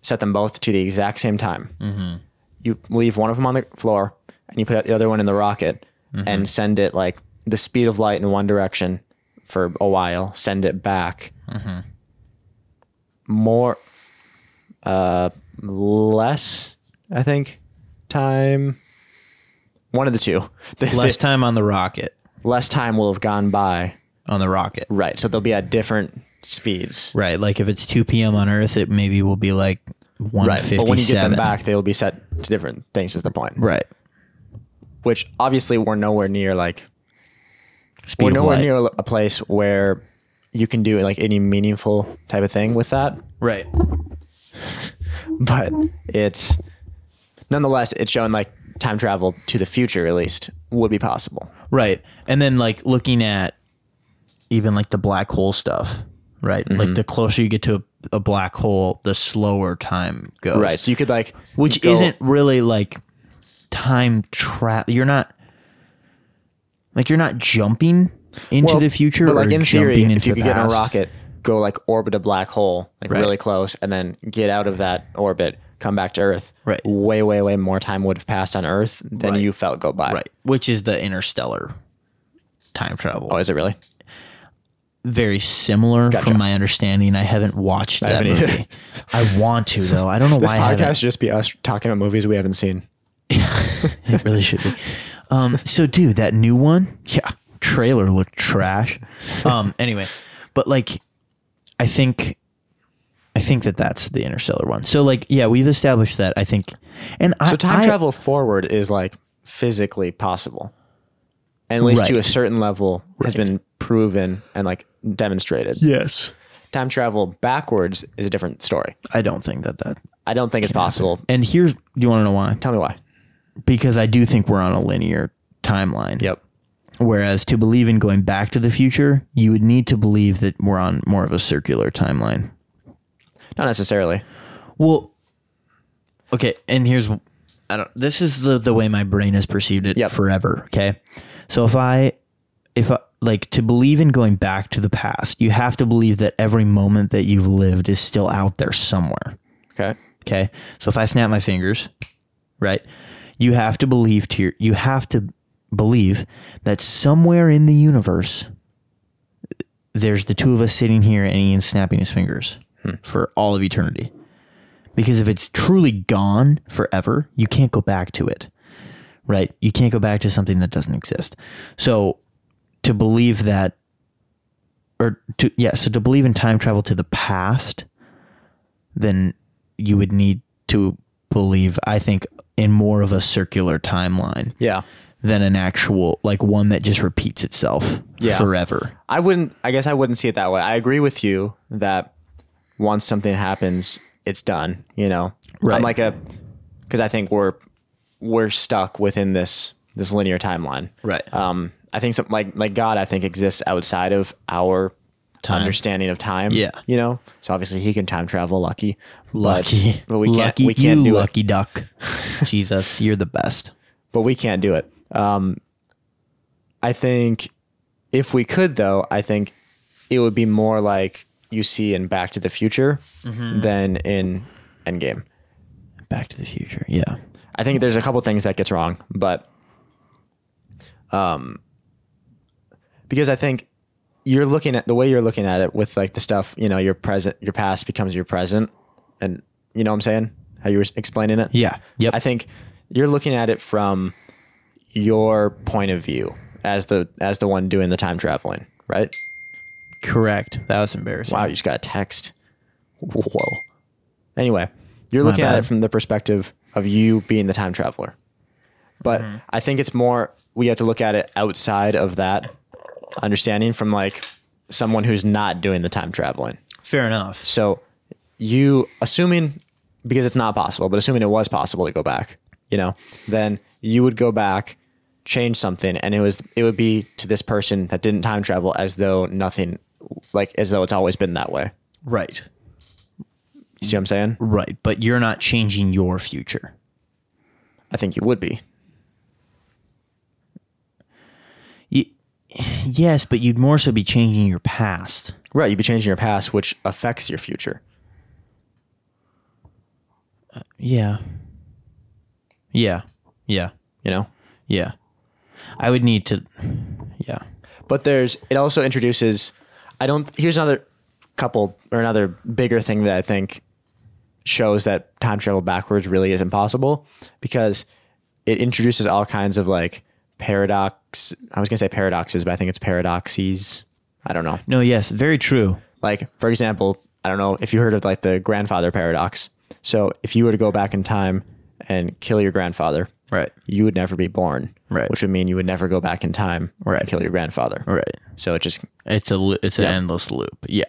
set them both to the exact same time. Mm-hmm. You leave one of them on the floor and you put the other one in the rocket Mm-hmm. and send it like the speed of light in one direction for a while. Send it back. Mm-hmm. More, uh, less. I think time. One of the two. The- Less time on the rocket. less time will have gone by. On the rocket. Right. So they'll be at different speeds. Right. Like if it's 2 p.m. on Earth, it maybe will be like 157. But when you get them back, they'll be set to different things is the point. Right. Which obviously we're nowhere near like Speed we're of nowhere light. near a place where you can do like any meaningful type of thing with that. Right. But it's nonetheless it's showing like time travel to the future at least would be possible. Right. And then like looking at even like the black hole stuff, right? Mm-hmm. Like the closer you get to a, a black hole, the slower time goes. Right. So you could like Which go- isn't really like time travel. You're not like you're not jumping into Well, the future But like or in theory, jumping if into you the could get in a past. rocket, go like orbit a black hole, like Right. really close, and then get out of that orbit, come back to Earth. Right. Way, way, way more time would have passed on Earth than Right. you felt go by. Right. Which is the interstellar time travel. Oh, is it really? Very similar from my understanding. I haven't watched that haven't either. movie. I want to though. I don't know This why I haven't. podcast should just be us talking about movies we haven't seen. It really should be. Um, so, dude, that new one, yeah, trailer looked trash. Um, anyway, but like, I think, I think that that's the Interstellar one. So, like, yeah, we've established that. I think, and I, So time I- travel forward is like physically possible. And at least to Right. a certain level has been proven and like demonstrated. Yes, Time travel backwards is a different story. I don't think that that. I don't think it's possible. And here's, do you want to know why? Tell me why. Because I do think we're on a linear timeline. Yep. Whereas to believe in going back to the future, you would need to believe that we're on more of a circular timeline. Not necessarily. Well, okay, and here's I don't this is the the way my brain has perceived it Yep. forever, okay? So if I if I, like to believe in going back to the past, you have to believe that every moment that you've lived is still out there somewhere, Okay. okay? So if I snap my fingers, right? You have to believe to your, you have to believe that somewhere in the universe there's the two of us sitting here and Ian snapping his fingers for all of eternity. Because if it's truly gone forever, you can't go back to it. Right? You can't go back to something that doesn't exist. So to believe that or to yeah, so to believe in time travel to the past, then you would need to believe, I think, in more of a circular timeline Yeah. than an actual like one that just repeats itself Yeah. forever. I wouldn't I guess I wouldn't see it that way. I agree with you that once something happens, it's done, you know. Right. I'm like a cuz I think we're we're stuck within this this linear timeline. Right. Um I think something like like God I think exists outside of our understanding of time. Yeah. You know? So obviously he can time travel lucky. but- Lucky. But, we can't lucky we can't you, do it. lucky duck. Jesus, you're the best. but we can't do it. Um, I think if we could, though, I think it would be more like you see in Back to the Future than in Endgame. Back to the future. Yeah. I think there's a couple things that gets wrong, but um, because I think you're looking at the way you're looking at it with like the stuff you know your present, your past becomes your present, and you know what I'm saying how you were explaining it. Yeah. Yep. I think you're looking at it from your point of view as the as the one doing the time traveling, right? Correct. That was embarrassing. Wow, you just got a text. Whoa. Anyway, you're looking at bad. it from the perspective of you being the time traveler. But I think it's more we have to look at it outside of that understanding from like someone who's not doing the time traveling. Fair enough. So you assuming because it's not possible, but assuming it was possible to go back, you know, then you would go back, change something, and it was it would be to this person that didn't time travel as though nothing like as though it's always been that way. Right. You see what I'm saying? Right. But you're not changing your future. I think you would be. Y- Yes, but you'd more so be changing your past. Right, you'd be changing your past, which affects your future. Yeah. Yeah. Yeah. You know. Yeah. I would need to. Yeah. But there's it also introduces I don't here's another couple or another bigger thing that I think shows that time travel backwards really isn't possible because it introduces all kinds of like paradox I was gonna say paradoxes, but I think it's paradoxes. I don't know. No. Yes. Very true. Like, for example, I don't know if you heard of like the grandfather paradox. So if you were to go back in time and kill your grandfather, Right. you would never be born. Right. Which would mean you would never go back in time right. and kill your grandfather. Right. So it just It's a lo- it's an endless loop. Yeah.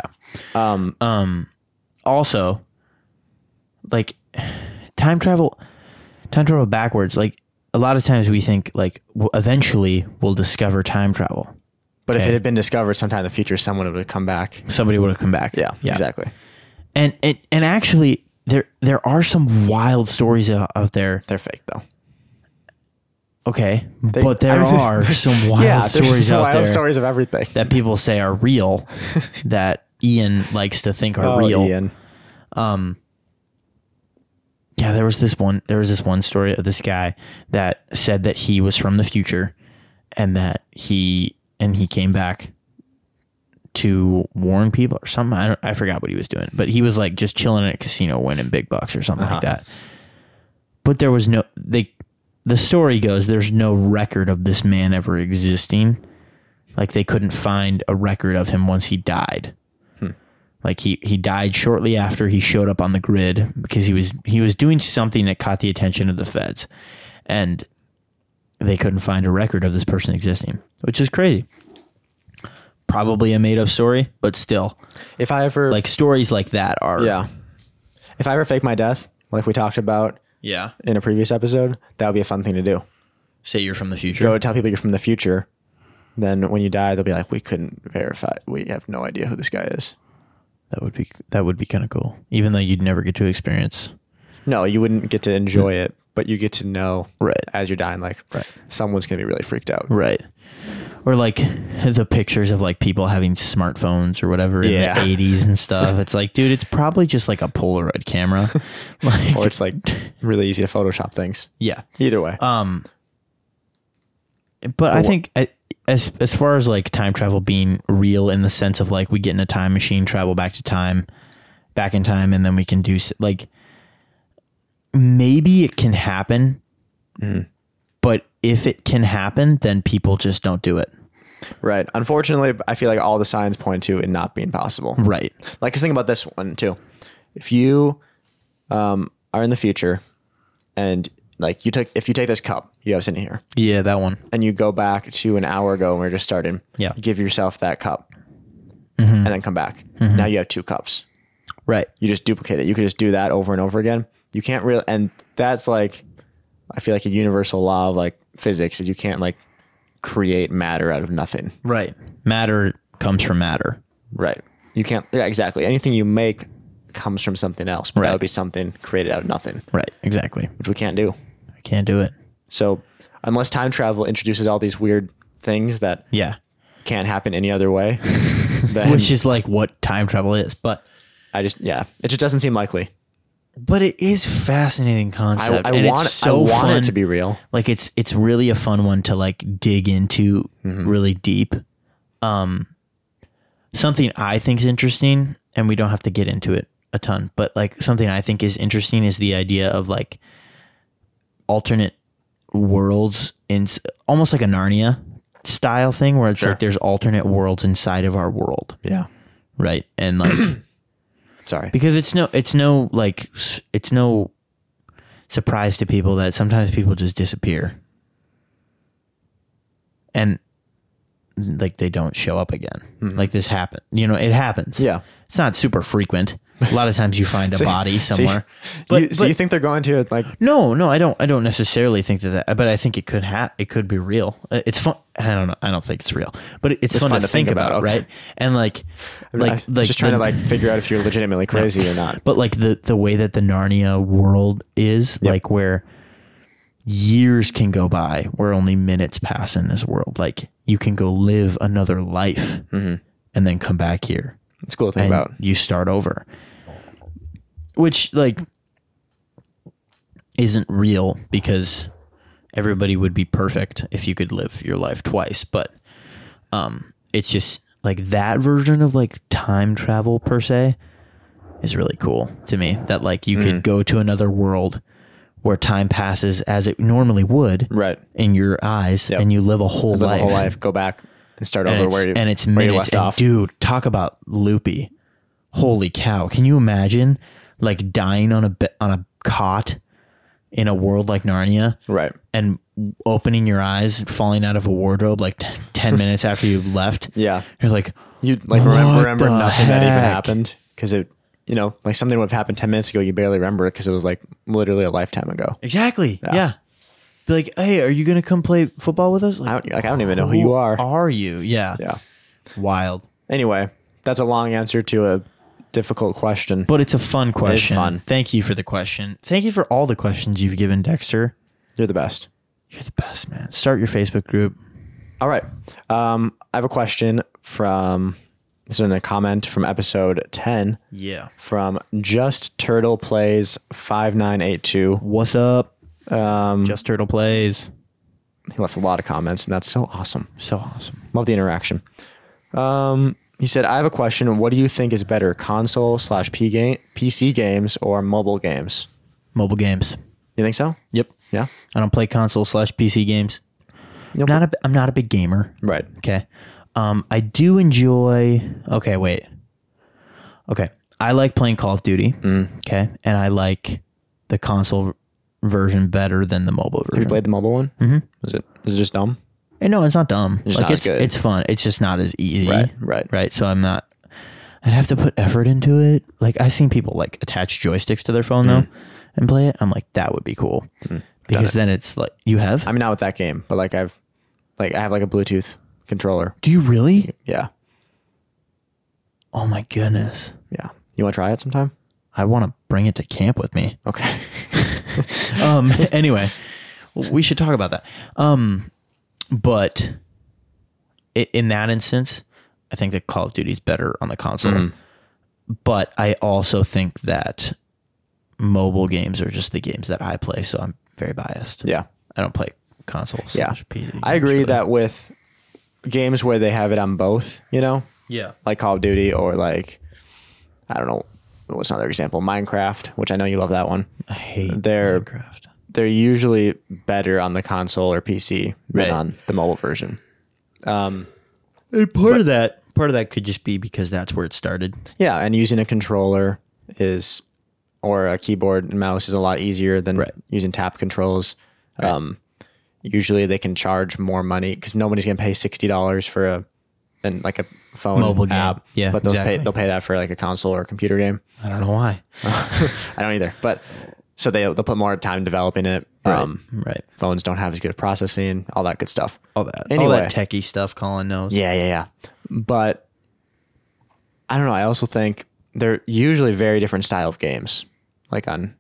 um Also, like time travel, time travel backwards. Like a lot of times we think like w- eventually we'll discover time travel. but if it had been discovered sometime in the future, someone would have come back. Somebody would have come back. Yeah, Yeah. exactly. And and and actually, there there are some wild stories out, out there. They're fake though. Okay, but there I mean, are some wild yeah, stories there's out wild there stories of everything. that people say are real that Ian likes to think are real. Oh, Ian. Yeah, there was this one. There was this one story of this guy that said that he was from the future, and that he and he came back to warn people or something. I don't. I forgot what he was doing, but he was like just chilling at a casino, winning big bucks or something like that. But there was no they. The story goes there's no record of this man ever existing. Like they couldn't find a record of him once he died. Like he he died shortly after he showed up on the grid because he was he was doing something that caught the attention of the feds, and they couldn't find a record of this person existing, which is crazy. Probably a made up story, but still, If I ever like stories like that are yeah, if I ever fake my death, like we talked about yeah. in a previous episode, that would be a fun thing to do. Say you're from the Go future. tell people you're from the future. Then when you die, they'll be like, we couldn't verify. We have no idea who this guy is. That would be that would be kind of cool, even though you'd never get to experience. No, you wouldn't get to enjoy it, but you get to know Right. as you're dying, like someone's gonna be really freaked out. Right. Or like the pictures of like people having smartphones or whatever in Yeah. the 80s and stuff. It's like, dude, it's probably just like a Polaroid camera. like, Or it's like really easy to Photoshop things. yeah. Either way. Um, but I think I- as as far as like time travel being real in the sense of like we get in a time machine, travel back to time, back in time, and then we can do s- like maybe it can happen, Mm. but if it can happen, then people just don't do it. Right. Unfortunately, I feel like all the signs point to it not being possible. Right. Like, just think about this one too. If you um, are in the future, and like you took, if you take this cup you have sitting here, Yeah, that one. and you go back to an hour ago when we were just starting, Yeah. give yourself that cup, and then come back. Now you have two cups. Right. You just duplicate it. You could just do that over and over again. You can't really, and that's like, I feel like a universal law of like physics is you can't like create matter out of nothing. Right. Matter comes from matter. Right. You can't. Yeah, exactly. Anything you make comes from something else. But Right. That would be something created out of nothing, Right. Exactly. which we can't do. I can't do it. So unless time travel introduces all these weird things that Yeah. can't happen any other way, then Which is like what time travel is, but I just yeah, it just doesn't seem likely. but it is fascinating I, concept. I and want it's so I want fun it to be real. Like it's it's really a fun one to like dig into really deep. Um something I think is interesting and we don't have to get into it a ton, but like something I think is interesting is the idea of like alternate worlds in s- almost like a Narnia style thing where it's like there's alternate worlds inside of our world, Yeah. right? And like Sorry. because it's no it's no like s- it's no surprise to people that sometimes people just disappear and like they don't show up again like this happened you know it happens Hmm. Yeah. it's not super frequent a lot of times you find a body So you- somewhere you- but, so you but- think they're going to like no no i don't i don't necessarily think that, that but i think it could ha- it could be real Uh, it's fun i don't know i don't think it's real but it's, fun, to, think, about, okay. right and like like I- like just trying the- to like figure out if you're legitimately crazy or not. but like the the way that the Narnia world is like where years can go by where only minutes pass in this world. Like you can go live another life and then come back here It's cool to think and about. you start over. Which like isn't real because everybody would be perfect if you could live your life twice, but um it's just like that version of like time travel per se is really cool to me that like you Mm. could go to another world where time passes as it normally would Right. in your eyes Yep. and you live a whole Live life a whole life, go back and start and over it's, where you, and it's where you minutes. left and off. Dude, talk about loopy. Holy cow! Can you imagine like dying on a be- on a cot in a world like Narnia, right. and opening your eyes, and falling out of a wardrobe like t- ten minutes after you left? Yeah. you're like, You like remember, What remember the nothing that even heck? happened because it, you know, like something would have happened 10 minutes ago. You barely remember it because it was like literally a lifetime ago. exactly, yeah. Be like, hey, are you gonna come play football with us? Like, I don't, like, I don't even know who you are. Are you? Yeah, Yeah. wild. Anyway, that's a long answer to a difficult question. But it's a fun question. fun. Thank you for the question. Thank you for all the questions you've given, Dexter. You're the best. You're the best, man. Start your Facebook group. All right. Um, I have a question from this is in a comment from episode 10 Yeah. from Just Turtle Plays 5982. What's up? Um, Just Turtle plays. He left a lot of comments, and that's so awesome. So awesome. Love the interaction. Um, he said, I have a question. What do you think is better, console slash P game, PC games or mobile games? Mobile games. You think so? Yep. Yeah. I don't play console slash PC games. I'm not a, I'm not a big gamer. Right. Okay. Um, I do enjoy. Okay, wait. Okay, I like playing Call of Duty. Mm. Okay, and I like the console version better than the mobile Have you version. played the mobile one? Mm-hmm. Is it is it just dumb? And no, it's not dumb. It's like not it's good. it's fun. It's just not as easy. Right, right. Right. So I'm not I'd have to put effort into it. Like I've seen people like attach joysticks to their phone though and play it. I'm like, that would be cool. Because then it's like you have I mean, not with that game, but like I've like I have like a Bluetooth controller. do you really? Yeah. Oh my goodness. Yeah. You want to try it sometime? I want to bring it to camp with me. Okay. um anyway we should talk about that um but i- in that instance i think that call of duty is better on the console but i also think that mobile games are just the games that i play so i'm very biased Yeah. i don't play consoles Yeah. PC I agree that with games where they have it on both, you know, yeah like Call of Duty or like I don't know what's another example, Minecraft, which I know you love that one. i hate They're minecraft they're usually better on the console or PC than Right. on the mobile version. part of that part of that could just be because that's where it started Yeah, and using a controller is or a keyboard and mouse is a lot easier than Right. using tap controls. Um, usually they can charge more money because nobody's gonna pay sixty dollars for a and like a phone Mobile game. app. Yeah, but they'll pay exactly. they'll pay that for like a console or a computer game. i don't know why I don't either, but so they they'll put more time developing it. Um, right phones don't have as good processing, all that good stuff. all that all Anyway. that techie stuff colin knows Yeah, yeah, yeah. But I don't know. I also think they're usually very different style of games, like on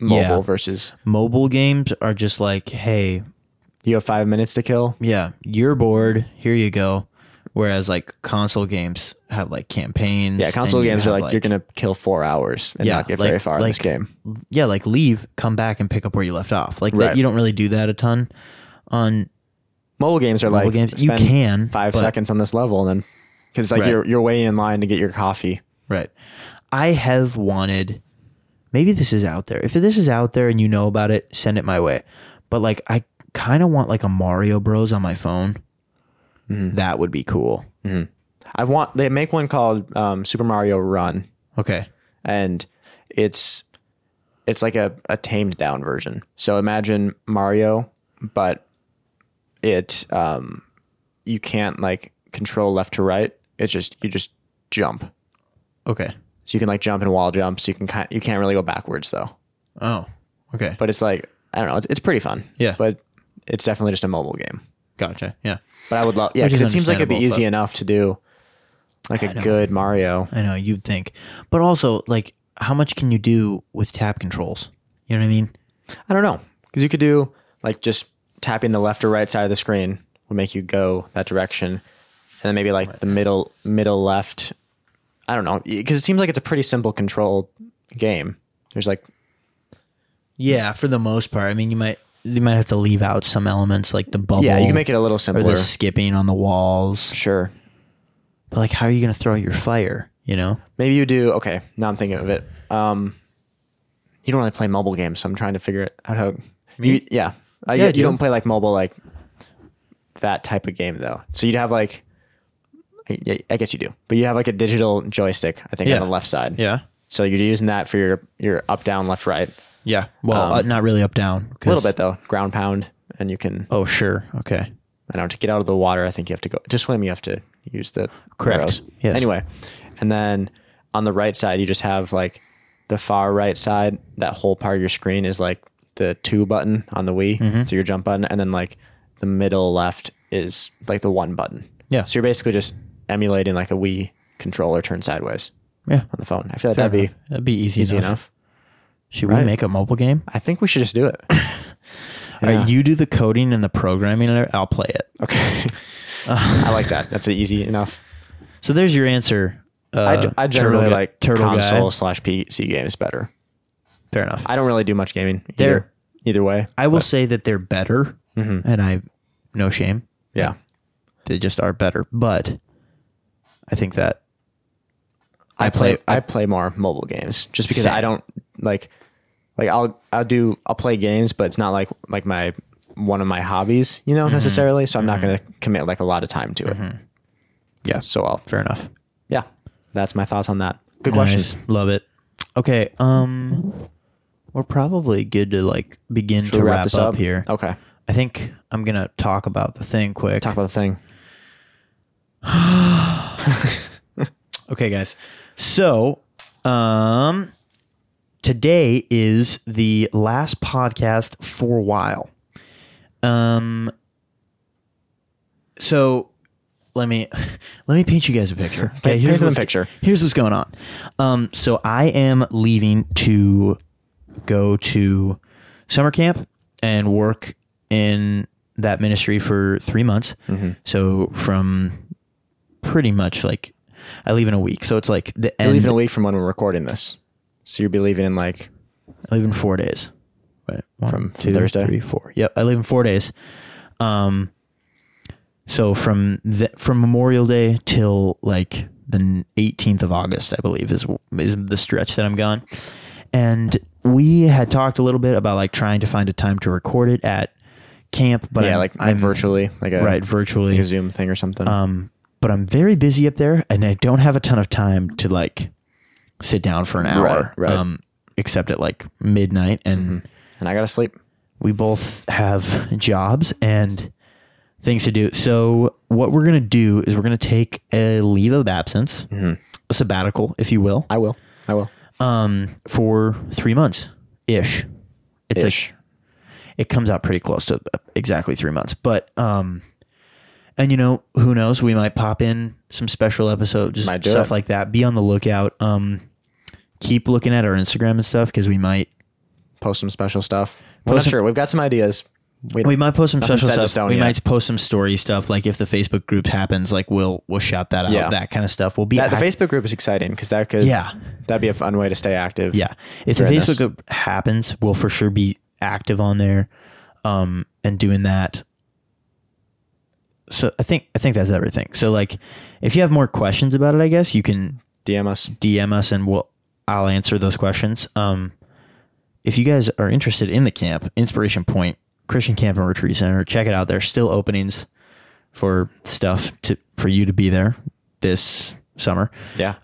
mobile Yeah. versus mobile games are just like, hey, you have five minutes to kill. yeah, you're bored, here you go. Whereas like console games have like campaigns. Yeah, console and you games are have, like, you're gonna kill four hours and not get very far in this game. Yeah, like leave, come back and pick up where you left off. Like Right. that, you don't really do that a ton on Mobile games are like games, you spend can, five but- seconds on this level and then because it's like Right. you're you're waiting in line to get your coffee. Right. I have wanted maybe this is out there. If this is out there and you know about it, send it my way. But like I kind of want like a Mario Bros on my phone. Mm-hmm. That would be cool. I want they make one called um, Super Mario Run. Okay. and it's it's like a, a tamed down version. So imagine Mario, but it um you can't like control left to right. It's just you just jump. Okay. So you can like jump and wall jump. So you can kind you can't really go backwards though. Oh. Okay. But it's like I don't know. It's, it's pretty fun. Yeah. But it's definitely just a mobile game. Gotcha. Yeah. But I would love yeah Which because it is seems like it'd be understandable, easy enough to do like a good Mario. I know you'd think, but also like, how much can you do with tab controls? You know what I mean? I don't know because you could do like just tapping the left or right side of the screen will make you go that direction, and then maybe like the middle middle left. I don't know because it seems like it's a pretty simple controlled game. There's like Yeah, for the most part. I mean, you might you might have to leave out some elements like the bubble. yeah, you can make it a little or simpler. the skipping on the walls. Sure, But like, how are you going to throw your fire? You know, maybe you do. Okay, now I'm thinking of it. Um, you don't really play mobile games, so I'm trying to figure it out how. You, yeah, uh, Yeah, you, I you do. don't play like mobile like that type of game though. So you'd have like, yeah, I guess you do, but you have like a digital joystick. I think Yeah. on the left side. yeah, So you're using that for your your up down left right. yeah. Well, Um, uh, not really up down. A little bit though, ground pound, and you can. Oh, sure. Okay. I don't know, to get out of the water, I think you have to go to swim. You have to use the Correct. arrows. Yes. Anyway, and then on the right side, you just have like the far right side. That whole part of your screen is like the two button on the Wii, Mm-hmm. so your jump button, and then like the middle left is like the one button. Yeah. So you're basically just emulating like a Wii controller turned sideways Yeah, on the phone. I feel like fair that'd enough. that'd be easy, be easy enough. Uh, enough. Should we Right. make a mobile game? I think we should just do it. All Yeah. right, you do the coding and the programming. and I'll play it. Okay. I like that. That's easy enough. So there's your answer. Uh, I, I generally Turtle Guy- like Turtle Guy. console slash PC games better. Fair enough. I don't really do much gaming either. They're- either way. I will say that they're better, and I no shame. Yeah. They just are better, but I think that I play play- I play more mobile games just because Same. I don't like like I'll I'll do I'll play games but it's not like like my one of my hobbies, you know, Mm-hmm. necessarily, so I'm not going to commit like a lot of time to it. Yeah. So I'll fair enough. yeah. That's my thoughts on that. Good question. Nice. Love it. Okay. Um, we're probably good to like begin Should to we wrap, up, Oh. here. Okay. I think I'm gonna talk about the thing quick. Talk about the thing. okay, guys. So, um, today is the last podcast for a while. Um, so let me let me paint you guys a picture. Okay, Paint- paint them what's- a picture. Here's what's going on. Um, so I am leaving to go to summer camp and work in that ministry for three months. Mm-hmm. So from pretty much like I leave in a week, so it's like the You're end. leaving a week from when we're recording this. So you'll be leaving in like I leave in four days. Wait, one, From- from Thursday? three, four. Yep, I leave in four days. Um, so from the, from Memorial Day till like the eighteenth of August, I believe is is the stretch that I'm gone. And we had talked a little bit about like trying to find a time to record it at camp, but yeah, I'm- like, like I'm virtually, like a right virtually. like a Zoom thing or something. Um, but I'm very busy up there, and I don't have a ton of time to like sit down for an hour. Right, Mm-hmm. right. Um, except at like midnight, and and I gotta sleep. we both have jobs and things to do. So what we're gonna do is we're gonna take a leave of absence, Mm-hmm. a sabbatical, if you will, I will. I will. um, for three months ish. It's like Ish. it comes out pretty close to uh, exactly three months. But um, and you know who knows, we might pop in some special episodes, Might just do stuff it. like that. Be on the lookout. Um, keep looking at our Instagram and stuff because we might Post some special stuff. We're not Post some- sure. We've got some ideas. We, we might post some Nothing special set in stuff. stone we yet. might post some story stuff. Like if the Facebook group happens, like we'll we'll shout that out. Yeah. That kind of stuff. We'll be that, the act- Facebook group is exciting because that could Yeah. that'd be a fun way to stay active. Yeah. If the Very Facebook nice. group happens, we'll for sure be active on there um, and doing that. So I think I think that's everything. So like, if you have more questions about it, I guess you can DM us. DM us and we'll I'll answer those questions. Um, if you guys are interested in the camp, Inspiration Point Christian Camp and Retreat Center, check it out. There's still openings for stuff to for you to be there this summer. Yeah.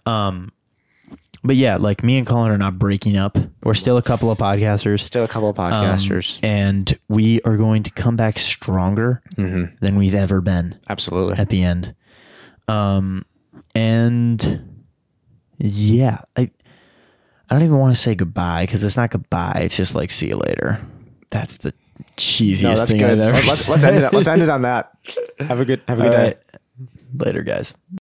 But yeah, like me and Colin are not breaking up. We're still a couple of podcasters. Still a couple Um, of podcasters. And we are going to come back stronger Mm-hmm. than we've ever been Absolutely. at the end. Um, and yeah, I, I don't even want to say goodbye because it's not goodbye. It's just like see you later. That's the cheesiest No, that's thing I've good. ever Let's, said. let's end it. Let's end it on that. Have a good. Have a good All day. right. Later, guys.